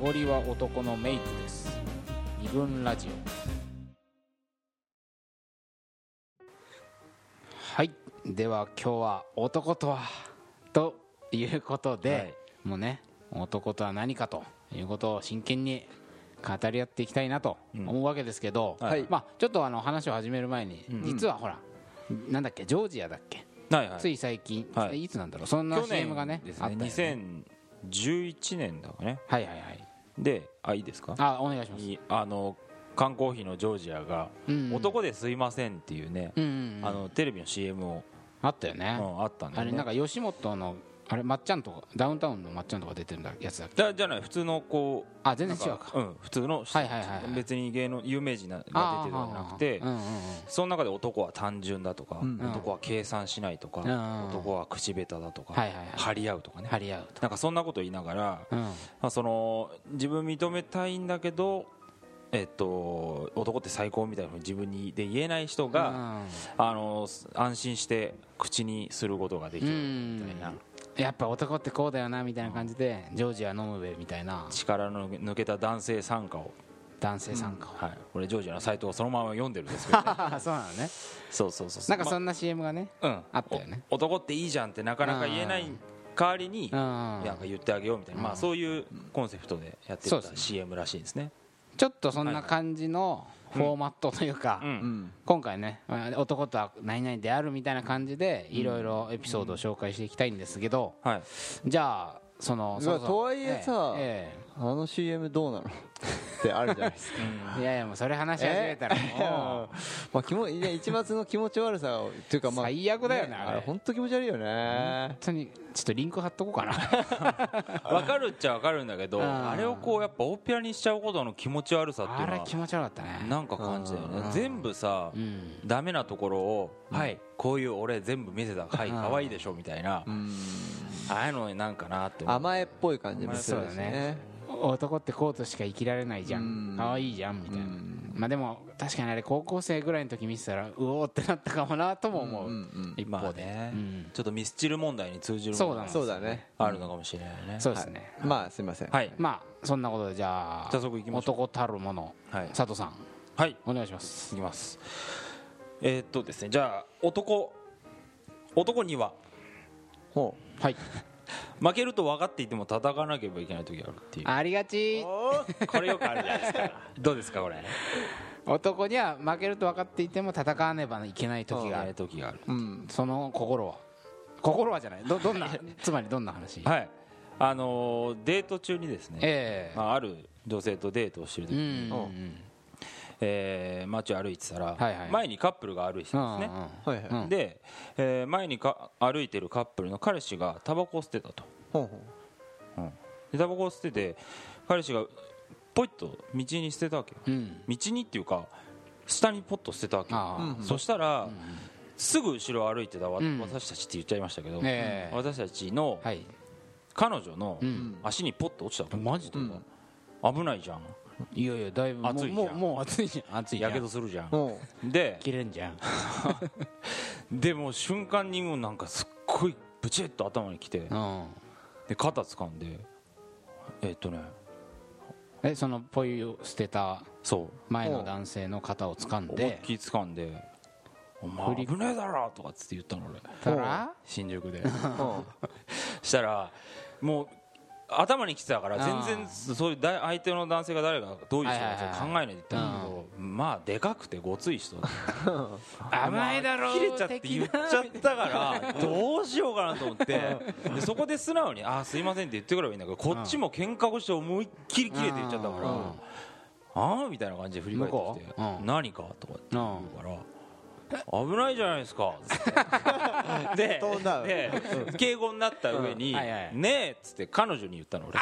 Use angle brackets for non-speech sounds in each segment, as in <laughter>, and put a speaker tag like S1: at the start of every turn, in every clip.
S1: ゴリは男のメイクです二軍ラジオはいでは今日は男とはということで、
S2: はい
S1: もうね男とは何かということを真剣に語り合っていきたいなと思うわけですけど、
S2: はい
S1: まあ、ちょっとあの話を始める前に、実はほらなんだっけジョージアだっけ
S2: はいはい
S1: つい最近、、
S2: はい
S1: つなんだろうそんな
S2: 去
S1: CM がね
S2: 年です
S1: あ
S2: ね
S1: ったよね
S2: 2011年だからね
S1: はいはいはい
S2: であいいですか
S1: あお願いします
S2: にあの缶コーヒーのジョージアが
S1: うんう
S2: 「
S1: ん
S2: 男ですいません」っていうね、
S1: うんうんうん
S2: あのテレビの CM を、
S1: あったよね、
S2: うんあったんだ
S1: あ
S2: よ、
S1: れ
S2: ね、
S1: なんか吉本のあれまっちゃんとかダウンタウンのまっちゃんとか出てるやつだっけ
S2: じゃじゃない普通のこう
S1: あ全然違う
S2: なん
S1: か
S2: うん、普通の、
S1: はいはいはいはい
S2: 別に芸能有名人なが出てるわけじゃなくて
S1: あーはーはーうんうんうん
S2: その中で男は単純だとか、
S3: うん
S2: 男は計算しないとか、
S1: ん
S2: 男は口下手だとか、
S1: はいはいはい
S2: 張り合うとかね、
S1: 張り合うと
S2: なんかそんなこと言いながら、
S1: うん
S2: まあ、その自分認めたいんだけど、えっと、男って最高みたいなふうに自分にで言えない人が、あのす安心して口にすることができ
S1: う
S2: る
S1: ん
S2: みたいな、
S1: やっぱ男ってこうだよなみたいな感じでジョージア飲むべみたい
S2: <laughs>
S1: な
S2: 力の抜けた男性参加を、
S1: 男性参加を、
S2: はい、これジョージアのサイトをそのまま読んでるんですけど、
S1: <laughs>
S2: ね、
S1: あそうなのね
S2: そうそうそ
S1: な
S2: う
S1: んかそんな CM がね
S2: まうん、
S1: あったよね
S2: お男っていいじゃんってなかなか言えない代わりに、
S1: うん
S2: なんか言ってあげようみたいな、まあ、そういうコンセプトでやって
S1: そう
S2: た
S1: ですね
S2: CM らしいですね。
S1: ちょっとそんな感じのフォーマットというか、
S2: うん
S3: うん
S1: 今回ねまあ男とは何々であるみたいな感じでいろいろエピソードを紹介していきたいんですけど、
S2: はい、
S1: じゃあその
S3: うわとはいえさ
S1: ええ
S3: あの CM どうなの <laughs> ってあるじゃないですか
S1: ええいやいやもうそれ話し始めたら
S3: いや
S1: も
S3: まあ気もいや一末の気持ち悪さをっていうか
S1: う
S3: まあ
S1: 最悪だよねあ
S3: あ
S1: れ
S3: れ
S1: 本
S3: 本当気持ち悪いよね
S1: 当にちょっとリンク貼っとこうかな
S2: わかるっちゃわかるんだけど
S1: ん
S2: あれをこうやっぱ大っぴらにしちゃうことの気持ち悪さってい
S1: あ
S2: う
S1: れ
S2: の
S1: 気
S2: は
S1: 持ち悪かったね
S2: なんか感じだよね全部さ
S1: うん
S2: ダメなところを「はいこういう俺全部見せたはい
S1: うん
S2: 可愛いでしょ」みたいなああいうのなんかなって思う
S3: 甘えっぽい感じもする
S1: そ
S3: し
S1: うだね
S3: ね
S1: 男ってこうとしか生きられないじゃん
S3: うん
S1: 可愛いじゃんみたいな
S3: うん
S1: まあでも確かにあれ高校生ぐらいの時見てたらうおーってなったかもなとも思う、
S3: うんうん
S1: 一
S2: ま
S1: 方
S2: あ
S1: で、
S2: ね
S1: うん
S2: ちょっとミスチル問題に通じる
S1: そ
S2: も
S1: うなん
S2: のが
S1: です
S3: そうだね
S2: あるのかもしれないね
S1: そうですね、
S3: まあすいません
S2: はい
S1: まあそんなことでじゃあ
S2: 早速行きましょう
S1: 男たるもの、
S2: はい
S1: 佐藤さん
S2: はい
S1: お願いします
S2: いきますえーっとですねじゃあ男男には
S3: ほ
S1: はい
S2: 負けると分かっていても叩かなければいけない時があるっていう
S1: ありがち
S2: これよくあるじゃないですかどうですかこれ
S1: 男には負けると分かっていても戦わねばいけない時がある
S2: 時がある
S3: ううん
S1: その心は心はじゃないどどんなつまりどんな話
S2: はいあのーデート中にですね、
S1: ええ
S2: まあ、ある女性とデートをしてる時
S1: うん
S2: に、
S1: うんうん
S2: えー街を歩いてたら、
S1: はいはい
S2: 前にカップルが歩いて
S1: う
S2: たん
S1: んう
S2: ですね、
S1: ん
S3: はいはいほう
S1: うん
S2: で、えー前にか歩いてるカップルの彼氏がタバコを捨てたと
S3: ほ
S2: でタバコを捨てて彼氏がポイッと道に捨てたわけよ
S1: うん
S2: 道にっていうか下にポッと捨てたわけよ
S1: ああ
S3: うん
S2: そしたら、すぐ後ろを歩いてたわ、
S1: うん
S2: 私たちって言っちゃいましたけど、
S1: ええ
S2: 私たちの
S1: はい
S2: 彼女の
S1: うん
S2: 足にポッと落ちたわけ
S1: マジで
S2: うん危ないじゃん
S1: いやいやだいぶもう
S2: 熱いじゃん
S1: もうもう熱いじゃん熱いじゃ
S2: や
S1: ん
S2: けどするじゃん
S3: うほ
S2: で
S1: 切れんじゃん
S2: でもう瞬間にもうなんかすっごいブチッと頭にきて
S1: うん
S2: で肩掴んでえっとね
S1: えそのポイを捨てた
S2: そう
S1: 前の男性の肩を掴ん
S2: 思いっ
S1: で
S2: きり掴んで「お前
S1: 振り
S2: 危ねえだろ!」とかっつって言ったの俺
S1: たら
S2: 新宿
S1: <laughs>
S2: で
S3: うほ
S2: したらもう頭にきてたから
S1: あ
S2: 全
S1: ー
S2: 然そういうだ相手の男性が誰がどういう人
S1: はいはい
S2: か
S1: はい
S2: 考えないで言ったんだけどまあでかくてごつい人
S1: 甘いだろう
S2: 切れちゃって
S1: 的
S2: 言っ
S1: な
S2: ちゃったからどうしようかなと思ってでそこで素直に「あーすいません」って言ってくればいいんだけどこっちも喧嘩をして思いっきり切れて言っちゃったから
S1: うん
S2: 「ああ」みたいな感じで振り返ってき
S1: 向こ
S2: て
S1: うう
S2: 「
S1: ん
S2: 何か?」とかって言うから。危ないじゃないです
S3: <laughs>
S2: かつってで
S3: 飛んだ
S2: で敬語になった上に
S1: う
S2: 「
S1: んはいはい
S2: ねえ」っつって彼女に言ったの俺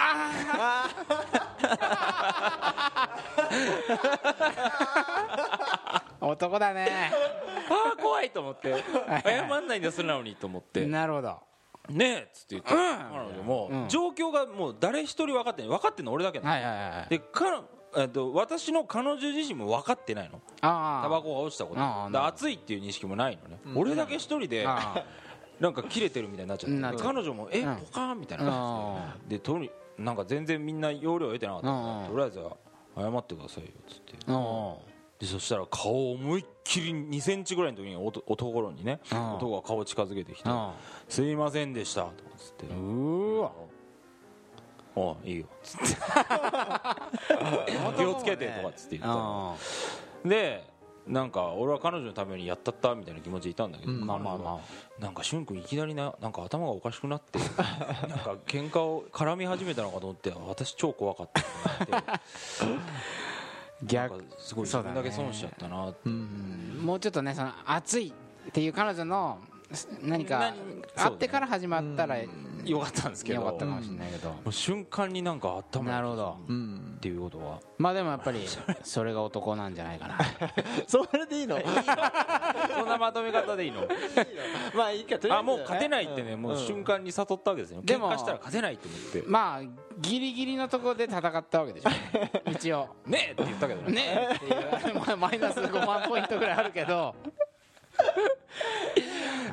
S1: 男だ
S2: <laughs>
S1: ね
S2: ああ怖いと思って謝んないんだ素直にと思って
S1: なるほど
S2: 「ねえ」っつって言って彼女
S1: う
S2: も
S1: ん
S2: 状況がもう誰一人分かってない分かってんの俺だけなの
S1: はいはいはいはい
S2: でかえっと私の彼女自身も分かってないの
S1: ああ
S2: タバコが落ちたこと
S1: ああ
S2: で
S1: なるほど
S2: 熱いっていう認識もないのね、俺だけ一人で
S1: あ
S2: <laughs> なんか切れてるみたいになっちゃって
S1: なっちゃう
S2: 彼女も「え
S1: うん
S2: ポカーン」みたいな
S1: あ
S2: 感じででとになんか全然みんな要領得てなかったから、
S1: うんうん
S2: とりあえずは謝ってくださいよっつって
S1: うん
S2: でそしたら顔を思いっきり2センチぐらいの時におと男にね
S1: うん
S2: 男が顔近づけてきて
S1: うん
S2: 「すいませんでした」とかっつって
S1: うーわ
S2: 「おいいよ」つ
S1: <laughs>
S2: って「気をつけて」とかっつって言っ
S1: あ
S2: たでなんか俺は彼女のためにやったったみたいな気持ちでいたんだけど、
S1: まあまあま
S2: なんかしゅん君いきなりななんか頭がおかしくなって <laughs> なんか喧嘩を絡み始めたのかと思って私超怖かったってな
S1: あ
S2: ってなんか
S1: <laughs> 逆
S2: すごい
S1: そ
S2: 自
S1: うだ
S2: 分
S1: ね
S2: だけ損しちゃったなって
S1: もうちょっとねその熱いっていう彼女のす何か
S2: 何
S1: あってから始まったらよ
S2: よかったんですけど
S1: かったかもしれないけど
S2: もう瞬間になんか頭
S1: なるほど
S3: うん
S2: っていうことは
S1: まあでもやっぱりそれが男なんじゃないかな
S3: それでいいの
S2: そんなまとめ方でい <laughs> いの
S3: <laughs> まあいいかとりあえず
S2: あもう勝てないってね
S3: ん
S2: もう瞬間に悟ったわけですね
S1: で
S2: 喧
S1: も
S2: 嘩したら勝てないって思って
S1: まあギリギリのところで戦ったわけでしょ一応
S2: 「ねえ!」って言った
S1: <laughs>
S2: けどね
S1: ねえっていうまあマイナス5万ポイントぐらいあるけど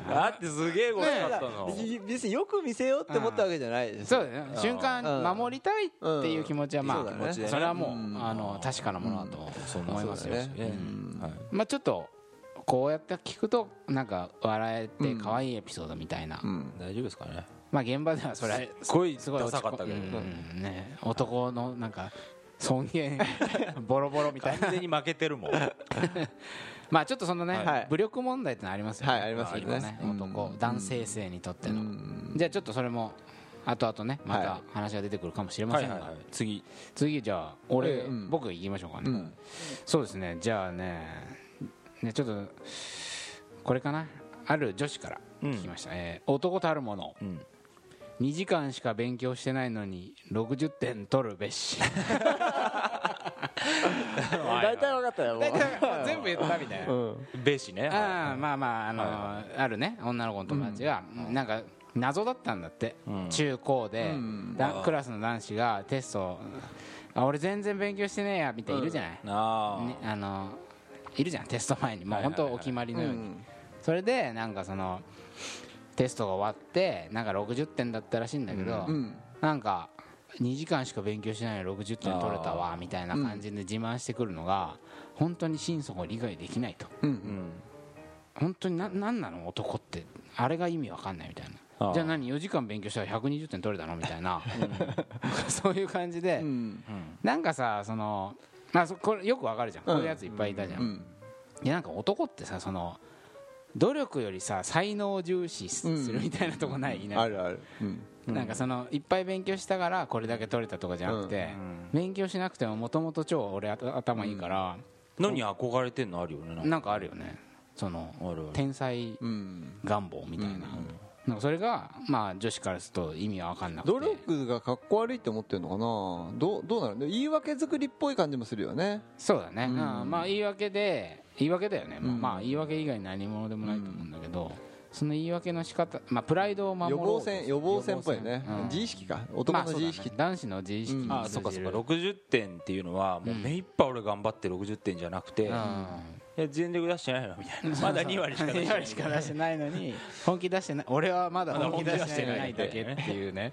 S2: だってすげえことだったの
S3: い別によく見せようって思ったわけじゃないです
S1: そ
S3: よ
S1: うだよね瞬間守りたいっていう気持ちはま
S3: うんうん
S1: あ
S3: そうだね
S1: それはもう
S3: うん
S1: あの確かなものだと
S2: そんな
S1: 思い
S2: そう
S1: ま
S2: ですす
S1: よ
S2: よ
S3: そうだ
S2: ね
S3: ねうん
S2: はい
S1: まあちょっとこうやって聞くとなんか笑えて可愛いエピソードみたいな
S3: うん
S2: 大丈夫ですかね
S1: まあ現場ではそれ
S2: すごい
S1: すごい
S2: ダ
S1: 落
S2: サ
S1: ち
S2: か
S1: 込
S2: ったけど
S1: うんうんね男のなんか尊厳ボロボロみ
S3: <laughs>
S1: たいな
S2: 完全に負けてるもんは
S1: まあちょっとそのね、
S3: はい
S1: 武力問題ってのはありますよね
S3: はいありますよね
S1: 今ね男、
S3: うん
S1: 男性性にとっての、
S3: うん
S1: じゃあちょっとそれも後々ねま
S3: は
S1: た
S3: い
S1: 話が出てくるかもしれ
S2: い
S1: ま
S2: は
S1: せ
S2: い
S1: んが、
S2: はい次
S1: 次じゃあ俺、
S3: ええうん
S1: 僕行きましょうかね、
S3: うん
S1: そうですねじゃあねねちょっとこれかなある女子から聞きました、えー男たるもの、
S2: ん
S1: 2時間しか勉強してないのに60点取るべし
S3: 大体分かったよも
S1: 大
S3: う
S1: 体もう <laughs> 全部言ったみたいな、
S2: べしねは
S1: ああまあまああの、あるね女の子の友達が、なんか謎だったんだって、中高で、だクラスの男子がテストあ俺全然勉強してねえやみたいないるじゃない、
S2: いな
S1: ね、あのいるじゃんテスト前にもう
S2: はいはい
S1: 本
S2: はい
S1: 当お決まりの
S3: う
S1: ように、
S3: ん
S1: それでなんかそのテストが終わってなんか60点だったらしいんだけど、
S3: うん
S1: なんか2時間しか勉強しないのに60点取れたわみたいな感じで自慢してくるのが本当に心底理解できないと。
S2: あうん
S1: 本当にななんなの男ってあれが意味わかんないみたい
S2: あ
S1: な
S2: あ
S1: じゃあ何4時間勉強したら120点取れたのみたいな、 <laughs> そういう感じで、
S3: うん
S1: なんかさそのあそこれよくわかるじゃん、こういうやついっぱいいたじゃん、
S3: うん
S1: でなんか男ってさその努力よりさ才能を重視す
S3: うん
S1: するみたいなとこない、な
S3: あ
S1: んか
S3: るあるうん
S1: なんかそのいっぱい勉強したからこれだけ取れたとかじゃなくて、勉強しなくてももともと超俺あた頭いいから、
S2: のに憧れてんのあるよねなんか
S1: なんかあるよねその
S2: あるある
S1: 天才
S3: うん
S1: 願望みたいな,、なんかそれが、まあ、女子からすると意味は分かんなくて
S3: 努力がかっこ悪いって思ってるのかなどうどうなの言い訳作りっぽい感じもするよね
S1: そうだね、うんまあ言い訳で言い訳だよね、まあ
S3: うん
S1: まあ言い訳以外何者でもないと思うんだけど、その言い訳の仕方まあプライドを守
S3: 予
S1: ろう
S3: 防
S1: と
S3: 線予防線っぽいよね
S1: うん
S3: 自意識か男
S1: まあ
S3: の
S1: そうだ
S3: 自
S1: ね
S3: 意識
S1: 男子の自意識に
S3: うん
S2: あ
S1: 通じ
S2: そ
S1: る
S2: っかそっか60点っていうのはもう目いっぱい俺頑張って60点じゃなくて、いや全力出してないなみたいなまだ2割しか
S1: うん、2
S2: 出してな
S1: 割しか出してないの <laughs> に本気出してない俺はまだ
S2: まだ
S1: 本気
S2: 本気
S1: 出
S2: 出
S1: し
S2: してて
S1: な
S2: ないい
S1: だけっていうね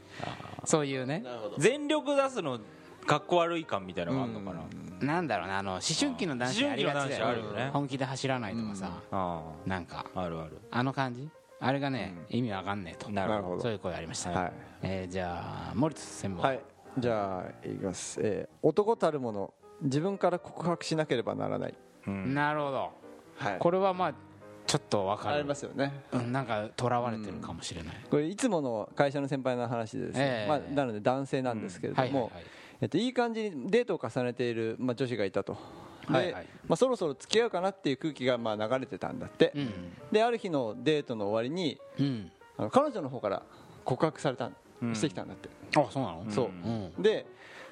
S1: そういうね
S2: 全力出すのかっこ悪い感みたいなのがあるのかな、
S1: なんだろうなあの思春期の男子ありがちだよ
S2: 思春期の男子あるよね
S1: 本気で走らないとかさ、
S2: あ
S1: なんか
S2: ああるある
S1: あの感じあれがね、意味わかんねえと
S2: なるほど
S3: なるほど
S1: そういう声ありました、
S3: はい
S1: えーじゃあ森田専務
S3: はいじゃあいきます、えー男たるもの自分から告白しなければならない
S1: なるほど
S3: はい
S1: これはまあちょっとわか
S3: あり
S1: る
S3: ますよね
S1: うんなんかとらわれてるかもしれない、
S3: これいつもの会社の先輩の話でです
S1: え
S3: ね、
S1: え
S3: まあ、なので男性なんですけれど
S1: はいはいは
S3: も
S1: い
S3: えっといい感じにデートを重ねている、まあ、女子がいたとで、
S1: はいはい
S3: まあ、そろそろ付き合うかなっていう空気がまあ流れてたんだって、
S1: うん
S3: である日のデートの終わりに
S1: うん
S3: あの彼女の方から告白された、してきたんだって
S1: あそうなの
S3: そう
S1: うん
S3: で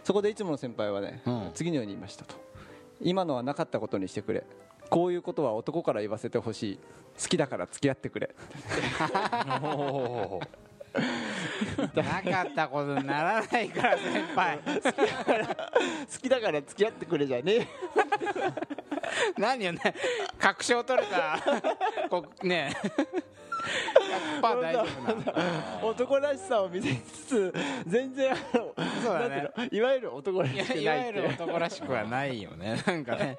S3: そこでいつもの先輩はね、
S1: うん
S3: 次のように言いましたと今のはなかったことにしてくれこういうことは男から言わせてほしい好きだから付き合っ
S1: <laughs>
S3: てくれ
S1: <laughs> なかったことにならないから先 <laughs> 輩
S3: 好きだから付き合ってくれじゃねえ
S1: <laughs> 何よね確証取れたこねえ100%大丈夫な
S3: <laughs> 男らしさを見せつつ全然あの
S1: そうだね
S3: なんていうのいわゆる男ら
S1: い
S3: し
S1: や
S3: く
S1: い
S3: な
S1: わ
S3: い
S1: ゆ
S3: って
S1: る男らしくはないよ <laughs> ねなんかね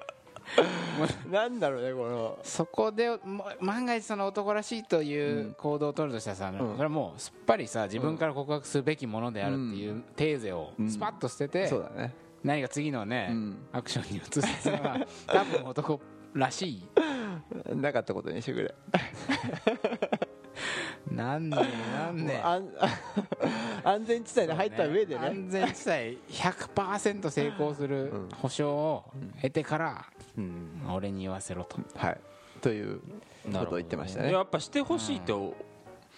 S3: <laughs> なんだろうねこの
S1: そこでも万が一その男らしいという行動を取るとしたらさ、
S3: ん
S1: それはもうすっぱりさ自分から告白すべきものであるっていうテーゼを
S3: ん
S1: スパッと捨てて、
S3: そうだね
S1: 何か次のね、
S3: うん
S1: アクションに移すの <laughs> は多分男らしい
S3: なかったことにしてくれ
S1: なんねなんね
S3: 安 <laughs> 安全地帯で入った上でね
S1: 安全地帯100%成功する保証を得てから
S2: うん
S1: 俺に言わせろと
S3: はいという
S2: なる
S3: こと
S2: ほ
S3: を
S2: ど
S3: 言ってました
S2: い
S3: ね
S2: ややっぱしてほしいって思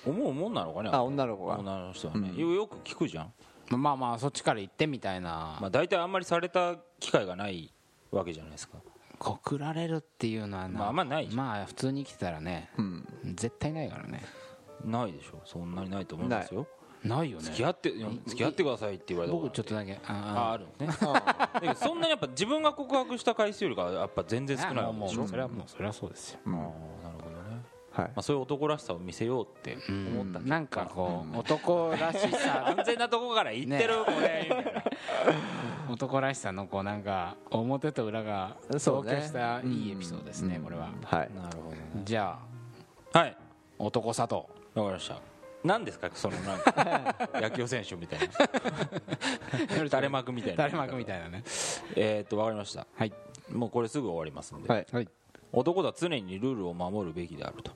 S2: うもんなのかね
S3: あ女の子が
S2: 女の人はねよよく聞くじゃん
S1: まあまあそっちから行ってみたいな、
S2: まあ大体あんまりされた機会がないわけじゃないですか
S1: 告られるっていうのはな
S2: まああんまないじゃん
S1: まあ普通に生きてたらね
S3: うん
S1: 絶対ないからね
S2: ないでしょそんなにないと思いますよ
S1: ないよね
S2: 付き合っていや付き合ってくださいって言われたこと
S1: 僕ちょっとだけ
S2: あ
S1: あ
S2: あるのね <laughs> だけどそんなにやっぱ自分が告白した回数よりかはやっぱ全然
S1: あ
S2: 少ないわけでしょ
S1: もうそれはもうそれはそうですよ
S2: あーなるほどね
S3: はい
S2: まあそういう男らしさを見せようって思った
S1: なんか
S2: <laughs>
S1: こう男らしさ <laughs>
S2: 安全なとこから行ってるこれみたいな
S1: 男らしさのこうなんか表と裏が同
S3: そう
S1: 居
S3: ね
S1: したいいエピソードですねこれは
S3: はい
S2: なるほどね
S1: じゃあ
S2: はい
S1: 男佐藤
S2: わかりました何ですかそのなん
S1: <laughs>
S2: か野球選手みたいな垂れ幕みたいな
S1: 垂れ幕みたいなね
S2: えーっとわかりました
S1: はい
S2: もうこれすぐ終わりますんで、
S3: はい
S1: はい
S2: 男とは常にルールを守るべきであると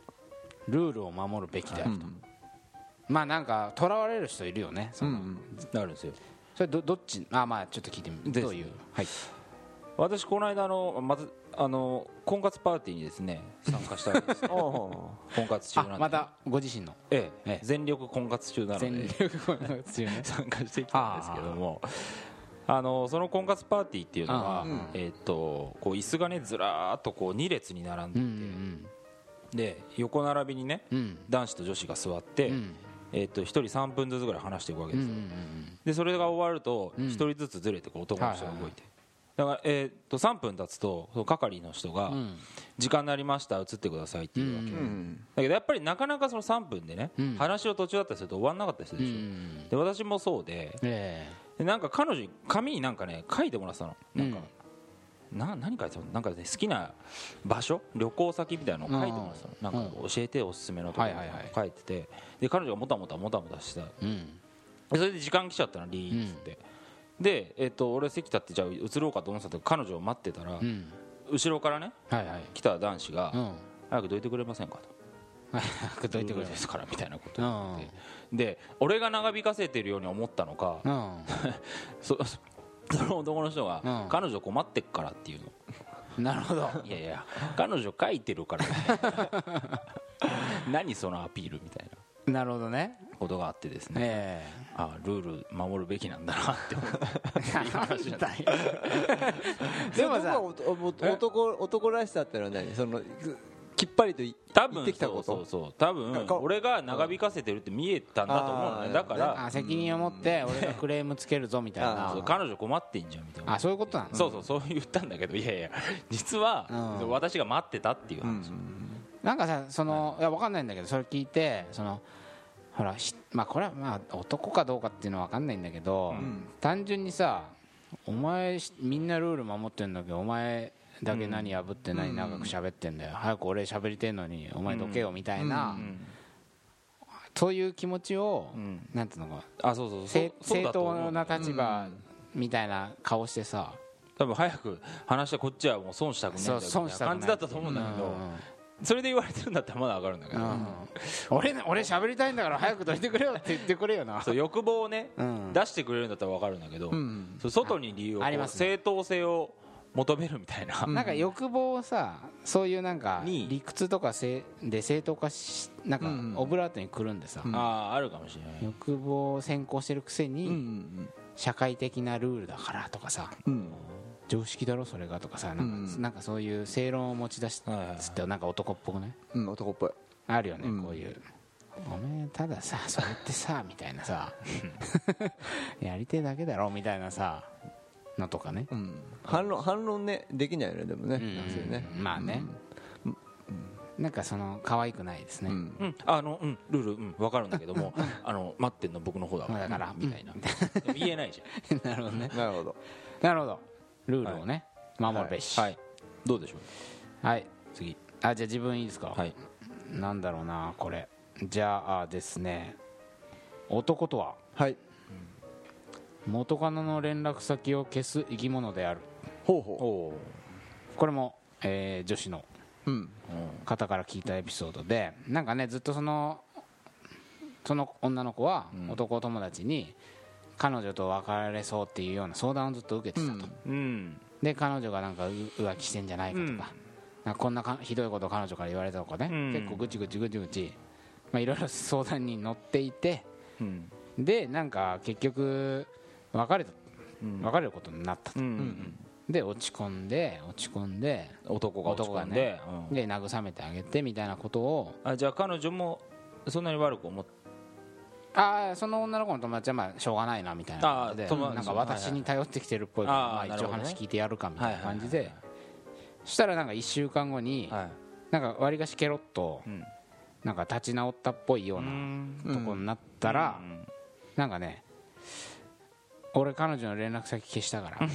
S1: ルールを守るべきであるとまあなんかとらわれる人いるよねその
S2: なるんですよ
S1: それどどっちあまあちょっと聞いてみる
S2: です
S1: どういうはい
S2: 私この間あのまずあの婚活パーティーにですね参加したわけです
S1: <laughs>
S2: よ婚活中なんで
S1: あまたご自身の
S2: え
S1: え
S2: え
S1: え
S2: 全力婚活中なので
S1: 全力
S2: <laughs>
S1: の強いね
S2: 参加してきたんですけどもあのその婚活パーティーっていうのは、
S1: あ
S2: えっとこう椅子がねずらーっとこう2列に並んで
S1: う
S2: い
S1: ん
S2: て、で横並びにね、
S1: うん
S2: 男子と女子が座って、
S1: うん
S2: えっと1人3分ずつぐらい話していくわけ
S1: うんう
S2: で
S1: ん
S2: す
S1: う
S2: よ、
S1: ん
S2: でそれが終わると
S1: ん
S2: 1人ずつずれてこう男の人が動
S1: はいい
S2: て、だから、えっと3分経つとその係の人が、
S1: うん
S2: 時間になりました移ってくださいっていうわけ、
S1: うん
S3: うん
S2: だけどやっぱりなかなかその3分でね、
S1: うん
S2: 話の途中だったりすると終わんなかったりする
S1: う
S2: でしょ、
S1: ん
S2: で私もそうで
S1: え
S2: でなんか彼女に紙になんかね書いてもらってたのなんか、な何書いてたのなんか、ね、好きな場所旅行先みたいなのを書いてもらってたのなんか教えてよおすすめのところ
S1: はいはいはい
S2: 書いててで彼女がもたもたもたもたしてた
S1: えうん
S2: でそれで時間来ちゃったのリーっつって、で、えっと俺席立ってじゃあ移ろうかと思ってたけど彼女を待ってたら、
S1: うん
S2: 後ろからね
S1: はいはい
S2: 来た男子が、
S1: うん
S2: 早くどいてくれませんかと
S1: 早くどいてくれ
S2: ですからみたいなこと
S1: う
S2: を
S1: ん
S2: 言ってで俺が長引かせてるように思ったのか
S1: うん
S2: そ <laughs> その男の人が、
S1: うん
S2: 彼女困ってっからっていうの
S1: なるほ
S2: <laughs>
S1: ど
S2: いやいや彼女書いてるからみたいな何そのアピールみたいな
S1: なるほどね
S2: ことがあってですね
S1: ええ
S2: あルール守るべきなんだなって思って
S1: <laughs> でも
S3: そ
S1: さ
S3: れどこがおとお男男らしさってのは何そのきっぱりとい
S2: 多
S3: 言
S2: 分
S3: ってきたこ
S2: そう
S3: と
S2: そうそう多
S3: なん
S2: 分
S3: か
S2: 俺が長引かせてるって見えたんだと思うの
S3: う
S2: ね
S3: ん
S2: だか
S1: あ
S2: ら
S1: 責任を持って俺がクレームつけるぞみたい
S3: あ
S1: な
S2: そう彼女困ってんじゃんみたいな
S1: あそういうことなの
S2: そうそうそう言ったんだけどいやいや実は
S1: うん
S2: そう私が待ってたっていう話
S1: なんかさそのいやわかんないんだけどそれ聞いてそのほらひまあこれはまあ男かどうかっていうのはわかんないんだけど
S3: ん
S1: 単純にさお前しみんなルール守ってんだけどお前だけ何破って何長く喋ってんだよ早く俺喋りてんのにお前どけよみたいな
S2: うん
S1: そういう気持ちを
S2: うん
S1: なんていうのか
S2: あそうそうそう
S1: 正
S2: そう
S1: 正
S2: だと思
S1: 当
S2: うの
S1: な立場みたいな顔してさ
S2: 多分早く話してこっちはもう損したくないんだ
S1: そう
S2: よみ
S1: 損
S2: た
S1: し
S2: い
S1: た
S2: な
S1: くない
S2: 感じだったと思うんだけどそれで言われてるんだったらまだ分かるんだけど
S1: うん俺ね俺喋りたいんだから早くどいてくれよって言ってくれよ
S2: <laughs>
S1: な
S2: そう欲望をね
S1: うん
S2: 出してくれるんだったら分かるんだけど
S3: ん
S2: そう外に理由をこ
S1: ああり
S2: う
S1: ますね
S2: 正当性を求めるみたいな
S1: なんか欲望をさそういうなんか
S2: に
S1: 理屈とかせで正当化しなんか
S3: うん
S1: オブラートにくるんでさ、
S2: あああるかもしれない
S1: 欲望を先行してるくせに、
S3: うん
S1: 社会的なルールだからとかさ
S3: うん
S1: 常識だろそれがとかさなんか,、
S3: うん
S1: なんかそういう正論を持ち出し
S2: はいはいはい
S1: つってなんか男っぽくね
S3: うん男っぽい
S1: あるよね、
S3: うん
S1: こういうおめえたださそれってさみたいなさ <laughs> やりてえだけだろみたいなさのとかね
S3: うん反論反論ねできないよねでもね
S1: うん
S3: そうね
S1: まあね、なんかその可愛くないですね、
S2: うん、あの、うん、ルール、うん、わかるんだけども、あの、待ってんの僕の方だから、
S1: だから
S2: みたいな。でも言えないじ
S1: なるほどね
S3: なるほど
S1: なるほどルールをね、守るべし
S2: ゃん。はい。どうでしょう。
S1: はい、
S2: 次。
S1: あじゃあ自分いいですか、
S2: はい。
S1: なんだろうなこれじゃあですね男とは
S3: はい
S1: 元カノの連絡先を消す生き物である
S3: ほうほ
S2: おー
S1: これも、えー女子の
S3: ううん
S1: 方から聞いたエピソードでなんかねずっとそのその女の子は男友達に彼女と別れそうっていうような相談をずっと受けてたと、
S2: うん。
S1: で彼女がなんかう浮気してんじゃないかとか,、
S2: うん
S1: なんかこんなかひどいこと彼女から言われたとかね、
S2: うん
S1: 結構ぐちぐちぐちぐち、まあ、いろいろ相談に乗っていて
S2: うん。
S1: でなんか結局別れた
S2: うん
S1: 別れることになったと、
S2: うんうん。
S1: で落ち込んで落ち込んで
S2: 男が落ち込ん
S1: 男が
S2: で
S1: ね。
S2: うん
S1: で慰めてあげてみたいなことを
S2: あ、じゃあ、彼女も。そんなに悪く思っ
S1: ああその女の子の友達はまあしょうがないなみたいな感じで
S2: あー友
S1: なん
S2: 達
S1: か私に頼ってきてるっぽいから、
S2: はいはい
S1: ま
S2: あ
S1: あ、一
S2: ー
S1: 応
S2: なるほどね
S1: 話聞いてやるかみたいな感じで、
S2: はいはい
S1: そしたらなんか1週間後に、
S2: はい。
S1: なんか割りかしケロッと、
S2: うん
S1: なんか立ち直ったっぽいようなとこになったら、
S2: うん
S1: なんかね俺彼女の連絡先消した
S2: <laughs>
S1: から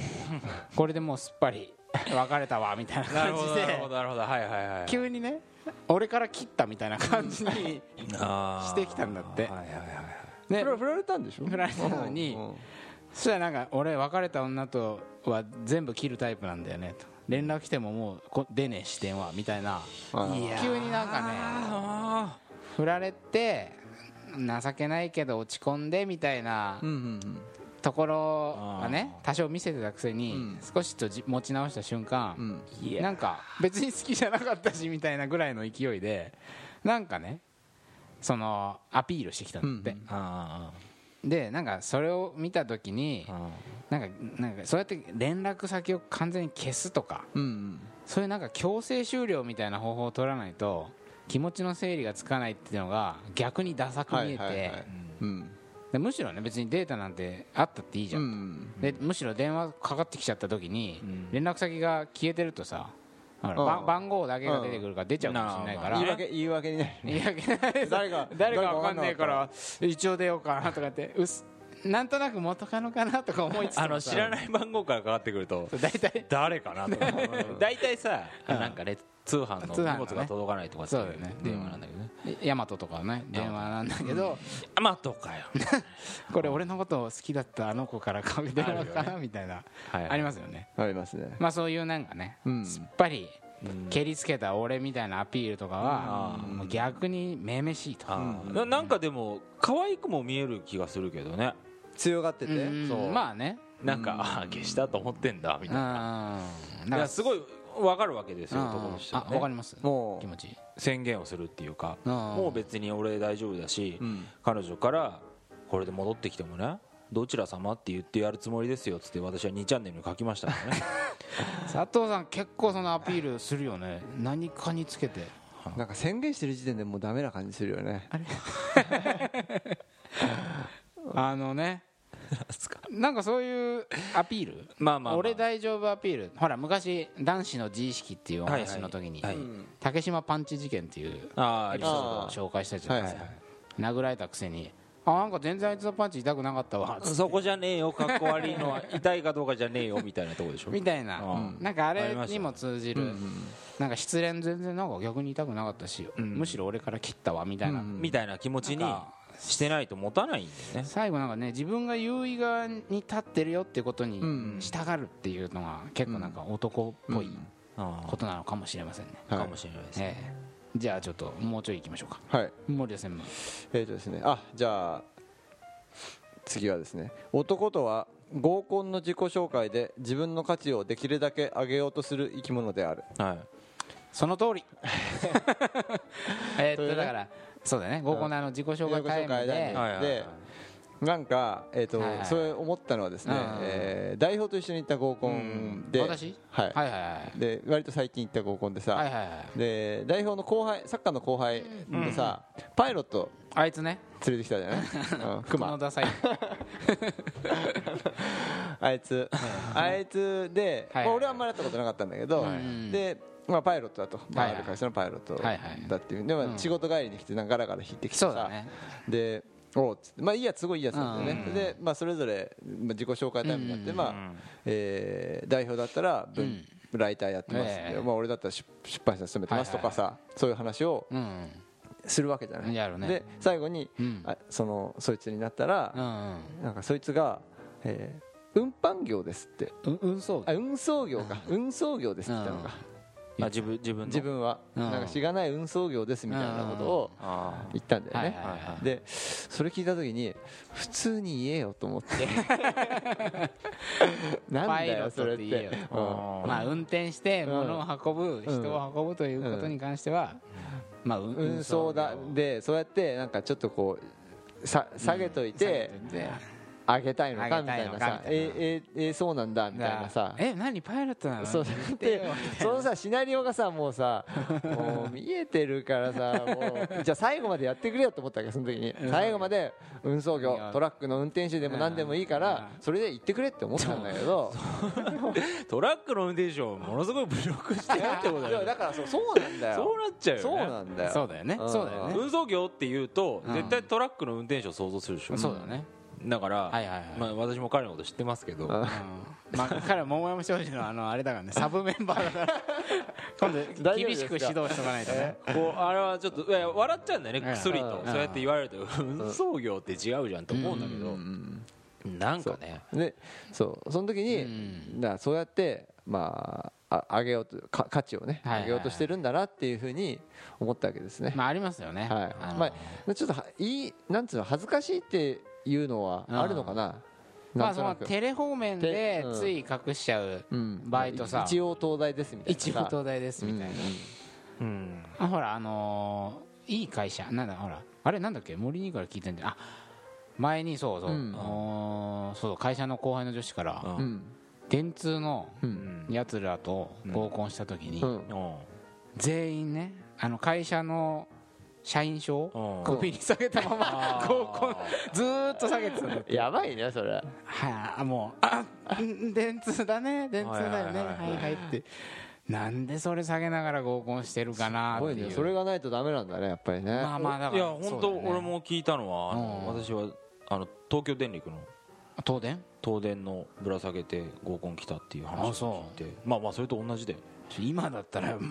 S1: これでもうすっぱり別れたわみたいな
S2: なる
S1: 感
S2: ほ
S1: じ
S2: ど。なるほ
S1: で
S2: ど。なるほど。はいはいはい。
S1: 急にね俺から切ったみたいな感じに
S2: あー
S1: してきたんだって
S2: はいはいはいはい。
S1: ね
S3: 振 <laughs> ら振られたんでしょ
S1: 振られたのに
S3: うんうん
S1: そしたらなんか俺別れた女とは全部切るタイプなんだよねと連絡来てももうこ出ねえ視点はみたいな急になんかね
S2: あ
S1: 振られて情けないけど落ち込んでみたいな
S3: うんうん
S1: ところがね多少見せてたくせに、
S3: うん
S1: 少しとじ持ち直した瞬間、
S3: うんうん
S2: いや
S1: なんか別に好きじゃなかったしみたいなぐらいの勢いでなんかねそのアピールしてきたんだって、
S2: ーあ
S1: でなんかそれを見た時に
S2: ー。あ
S1: なんかなんかそうやって連絡先を完全に消すとか
S3: うんうん
S1: そういうなんか強制終了みたいな方法を取らないと気持ちの整理がつかないっていうのが逆にダサく見えて、
S3: はいはいはいうん
S1: でむしろね別にデータなんてあったっていいじゃ
S3: うんん
S1: でむしろ電話かかってきちゃった時に
S2: ん
S1: 連絡先が消えてるとさほら
S3: うん
S1: ば番号だけが出てくるから出ちゃうかもしれないか
S3: 言い
S1: ら
S3: 訳言い訳にない
S1: 言い訳ない <laughs> です
S3: 誰が
S1: 誰か
S3: 誰か
S1: 分
S3: わ
S1: か
S3: か
S1: ん
S3: ん
S1: な
S3: ないい
S1: から一応出ようかなとかってうすなんとなく元カノかなとか思いつつ
S2: あの知ら
S1: い
S2: ない番号からかかってくると
S1: <laughs> 大体
S2: 誰かなとか <laughs> 大体さなんかね通販の
S1: 通販のね
S2: 荷物が届かないとかってい
S1: そうだよね
S2: 電話なんだけどね
S1: ヤマトとかね電話なんだけど
S2: あまあとかよ
S1: これ俺のこと好きだったあの子からかけてるのかなみたいな
S2: はいはい
S1: ありますよね
S3: ありますね
S1: まあそういうなんかね
S3: うん
S1: すっぱり蹴りつけた俺みたいなアピールとかはもう逆にめめしいと
S2: あーななんかでも可愛くも見える気がするけどね
S3: 強がって
S1: う
S3: て
S1: ん
S2: そう
S1: まあね
S2: なんかあー消したと思ってんだみ
S1: う
S2: たいなんい
S1: なん
S2: や
S1: か
S2: すごいわかるわけですよ男として
S1: あ
S2: は
S1: わか
S2: ね
S1: ります
S3: も
S1: 気持ち
S2: 宣言をするっていうか
S1: うん
S2: もう別に俺大丈夫だし
S3: ううん
S2: 彼女からこれで戻ってきてもねどちら様って言ってやるつもりですよっつって私は2チャンネルに書きましたから
S3: <laughs>
S2: ね
S1: 佐藤さん結構そのアピールするよね何かにつけて
S3: なんか宣言してる時点でもうダメな感じするよね
S1: あのねなんかそういうアピール
S2: まあまあまあ
S1: 俺大丈夫アピールほら昔男子の自意識っていうお話の時に
S2: はいはい
S1: 竹島パンチ事件っていう
S2: あーあ
S1: エ
S2: り
S1: ピソ
S2: そう
S1: ードを紹介したじゃないですか
S3: はい
S1: 殴られたくせにあなんか全然あいつのパンチ痛くなかったわ
S2: そこじゃねえよかっこ悪いのは痛いかどうかじゃねえよみたいなとこでしょ
S1: みたいな、
S2: うん
S1: なんかあ
S2: あ
S1: れ
S2: りました
S1: にも通じる、なんか失恋全然なんか逆に痛くなかったし、むしろ俺から切ったわみたいな、
S2: みたいな気持ちにしてないと持たないんだよね
S1: 最後なんかね自分が優位側に立ってるよってことに
S3: ん
S1: 従るっていうのが結構なんか男っぽい
S2: あ
S1: ことなのかもしれませんね、
S2: あかもしれないですね
S1: ええじゃあちょっともうちょい行きましょうか
S3: はい
S1: 森田専務
S3: えーとですねあじゃあ次はですね男とは合コンの自己紹介で自分の価値をできるだけ上げようとする生き物である
S2: はい
S1: その通
S3: <laughs>
S1: りえーっ
S3: という
S1: と
S3: ね
S1: だからそうだね合コンのあの自己紹介タイム
S3: 自己紹介タイ
S1: で
S3: ム
S2: はいはいはい
S3: でなんか、えーと
S1: はいはい
S3: それ思ったのはですね、
S1: うん
S3: えー代表と一緒に行った合コンで、
S1: 私
S3: はい
S1: はいはいはい
S3: で割と最近行った合コンでさ、
S1: はいはいはい
S3: で代表の後輩サッカーの後輩でさ、パイロット
S1: あいつね
S3: 連れてきたじゃ
S1: <laughs>
S3: ない、うん、ク
S1: この
S3: マ <laughs>
S1: ダサい
S3: あいつあいつで、
S1: はいはい
S3: まあ俺はあんまり会ったことなかったんだけど、
S1: ん
S3: でまあ、パイロットだと、ま
S1: はい
S3: あ
S1: はい
S3: ある会社のパイロット
S1: はいはい
S3: だっていう、でまあ仕事帰りに来てなんかガラガラ引いてきて
S1: そ
S3: さ
S1: うだね
S3: でおうっつってまあいいやつすごいいいやつなんだよね、
S1: うん
S3: で、まあ、それぞれまあ自己紹介タイムになって、まあえー代表だったら文、ライターやってますって、
S1: ええ
S3: まあ、俺だったら出出版社勤めてますとかさ、そういう話を
S1: うん
S3: するわけじゃない
S1: やるね
S3: で最後に、
S1: うん
S3: あそのそいつになったら
S1: う、ん
S3: なんかそいつが、えー運搬業ですって
S1: うん運送
S3: あ運送業か運送業ですって言ったのか、
S2: あ自分自分の
S3: 自分は、
S1: うん
S3: なんかしがない運送業ですみたいなことを
S2: あ
S3: 言ったんだよね、
S1: はいはいはい
S3: でそれ聞いた時に普通に言えよと思って
S1: <laughs>
S3: なん
S1: パイ
S3: だ
S1: ロ
S3: よ
S1: ッ
S3: そ
S1: ト
S3: れ
S1: っ
S3: ってて
S1: 言えよ
S2: ーあー
S1: まあ運転して物を運ぶ人を運ぶということに関してはまあ運
S3: うん運送だでそうやってなんかちょっとこうさ下げといて
S1: で
S3: あげたいの
S1: 上げ
S3: かみ
S1: たい
S3: たい
S1: のか
S3: なさ
S1: みたい
S3: え
S1: な
S3: えええそうなんだみたいなさ
S1: え何パイロットなの
S3: そうだ
S1: 言
S3: っ
S1: って
S3: て
S1: よ
S3: そのさシナリオがさもうさもう見えてるからさもうじゃあ最後までやってくれよと思ったわけその時に最後まで運送
S1: い
S3: 業
S1: や
S3: トラックの運転手でも何でもいいからそれで行ってくれって思ったんだけど
S2: ートラックの運転手をものすごい侮辱してるってことだ
S3: いや
S2: よね
S3: だからそう <laughs> そうなんだよ
S2: そうなっちゃうよね
S3: そうなんだよ
S1: そうだよね
S3: ん
S1: そうだよね
S2: 運送業っていうと
S1: うん
S2: 絶対トラックの運転手を想像するでしょ
S1: そうだね
S2: だから
S1: はいはいはい
S2: まあ私も彼のこと知ってますけど
S1: うんまあ彼は桃山商事のあのあれだからねサブメンバーだから
S3: <laughs>
S1: 今度
S3: 大丈夫
S1: 厳
S3: で
S1: し
S3: す
S1: く
S3: か
S1: 指導しとかないとね
S2: こうあれはちょっといや笑っちゃうんだよ
S1: うん
S2: ね薬と
S1: うん
S2: そうやって言われると運送業って違うじゃんと思うんだけどなんかね
S3: でそうその時に、
S1: うん
S3: だからそうやってまああ上げようとか価値をね
S1: はいはいはい
S3: 上げようとしてるんだなっていうふうに思ったわけですね、
S1: まあありますよね
S3: はい
S1: あの
S3: まあ、ちょっとはいいなんつうの恥ずかしいっていうのはあるのかな、
S1: ま
S3: な
S1: あ
S3: ん
S1: そ
S3: とな
S1: の
S3: く
S1: テレ方面で
S3: てうん
S1: つい隠しちゃう
S3: うん
S1: バイトさ
S3: 一応東大ですみたいなさ
S1: 一部東大ですみたいな
S2: うん
S1: あほらあのーいい会社なんだほらあれなんだっけ森にから聞いたんだよあ前にそうそう、
S3: うん
S1: おーそう会社の後輩の女子から、
S2: うん
S3: うん
S1: 電通の
S3: う
S2: うんん
S1: やつらと合コンした時に、
S3: うん
S1: 全員ねあの会社の社員証を
S2: うん
S1: 首に下げたまま
S2: あー
S1: 合コンずーっと下げてたんだって
S3: やばいねそれ
S1: はい、あもうあん電通だね電通だよね
S2: は
S1: は
S2: いはいいはいはい
S1: はいってなんでそれ下げながら合コンしてるかな
S3: す
S1: って
S3: ごい
S1: いう
S3: ねそれがないとダメなんだねやっぱりね、
S1: まあまあだか
S2: い
S1: ら
S2: や本当
S1: そうだよね
S2: 俺も聞いたのはあの
S1: うん
S2: 私はあの東京電力の
S1: 東電
S2: 東電のぶら下げて合コン来たっていう
S1: あ
S2: 話
S1: そ
S2: を聞いてまあまあそれと同じだよ
S1: 今だったらも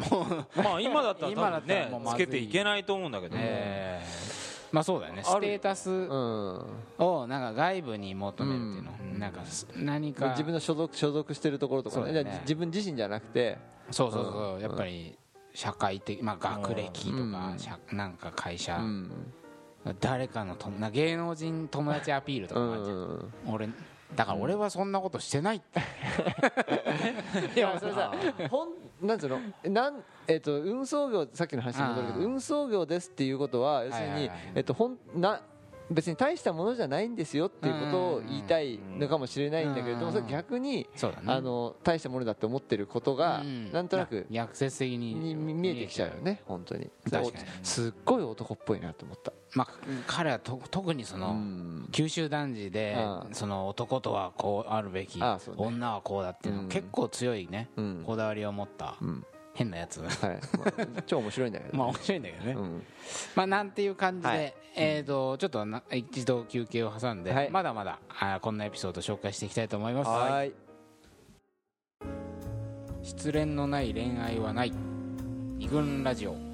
S1: う、
S2: まあ今だった
S1: <laughs>
S2: ら
S1: 今だ
S2: 多
S1: っ
S2: 分
S1: たら
S2: ね
S1: もうま
S2: つ
S1: ずい
S2: けていけないと思うんだけど
S1: えーまあそうだよね
S2: あ
S1: ス
S2: る
S1: テータス
S3: うん
S1: をなんか外部に求めるっていうの、なんかす何か
S3: 自分の所属所属してるところとか、
S1: そう
S3: ね
S1: だね
S3: じゃあ自分自身じゃなくて
S1: そうそうそう、やっぱり社会的、まあ、学歴とか、
S3: うん
S1: 社なんか会社、
S3: うん
S1: 誰かのとな芸能人友達アピールとかもあるじゃん
S3: うん
S1: 俺だから俺はそんなことしてないって
S3: <laughs> いやそれさ本なんつうのなんえっ、と運送業さっきの話に戻るけ
S1: あー
S3: ど運送業ですっていうことは要するに、
S1: はいはいはい
S3: えっとほんな別に大したものじゃないんですよっていうことを言いたいのかもしれないんだけれど
S1: うん
S3: もそれ逆に、
S1: <laughs> そうだね
S3: あの大したものだって思ってることが、
S1: うん
S3: なんとなく
S1: 逆説的に
S3: に見見えてきちゃうよね本当に
S1: 確かに
S3: だらすっごい男っぽいなと思った、
S1: まあ彼はと特にその、
S3: うん
S1: 九州男児で
S3: うん
S1: その男とはこうあるべき、
S3: あそうね
S1: 女はこうだっていうの、
S3: うん
S1: 結構強いね、
S3: うん
S1: こだわりを持った、
S3: ん
S1: 変なや
S3: <laughs>
S1: つ
S3: はいまあ超面白いんだけど、
S1: まあ面白いんだけどね、
S3: うん
S1: まあなんていう感じで、
S3: はい
S1: えー、とちょっとな一度休憩を挟んで、
S3: はい
S1: まだまだあーこんなエピソード紹介していきたいと思います
S3: はーい
S1: 失恋のない恋愛はない二軍ラジオ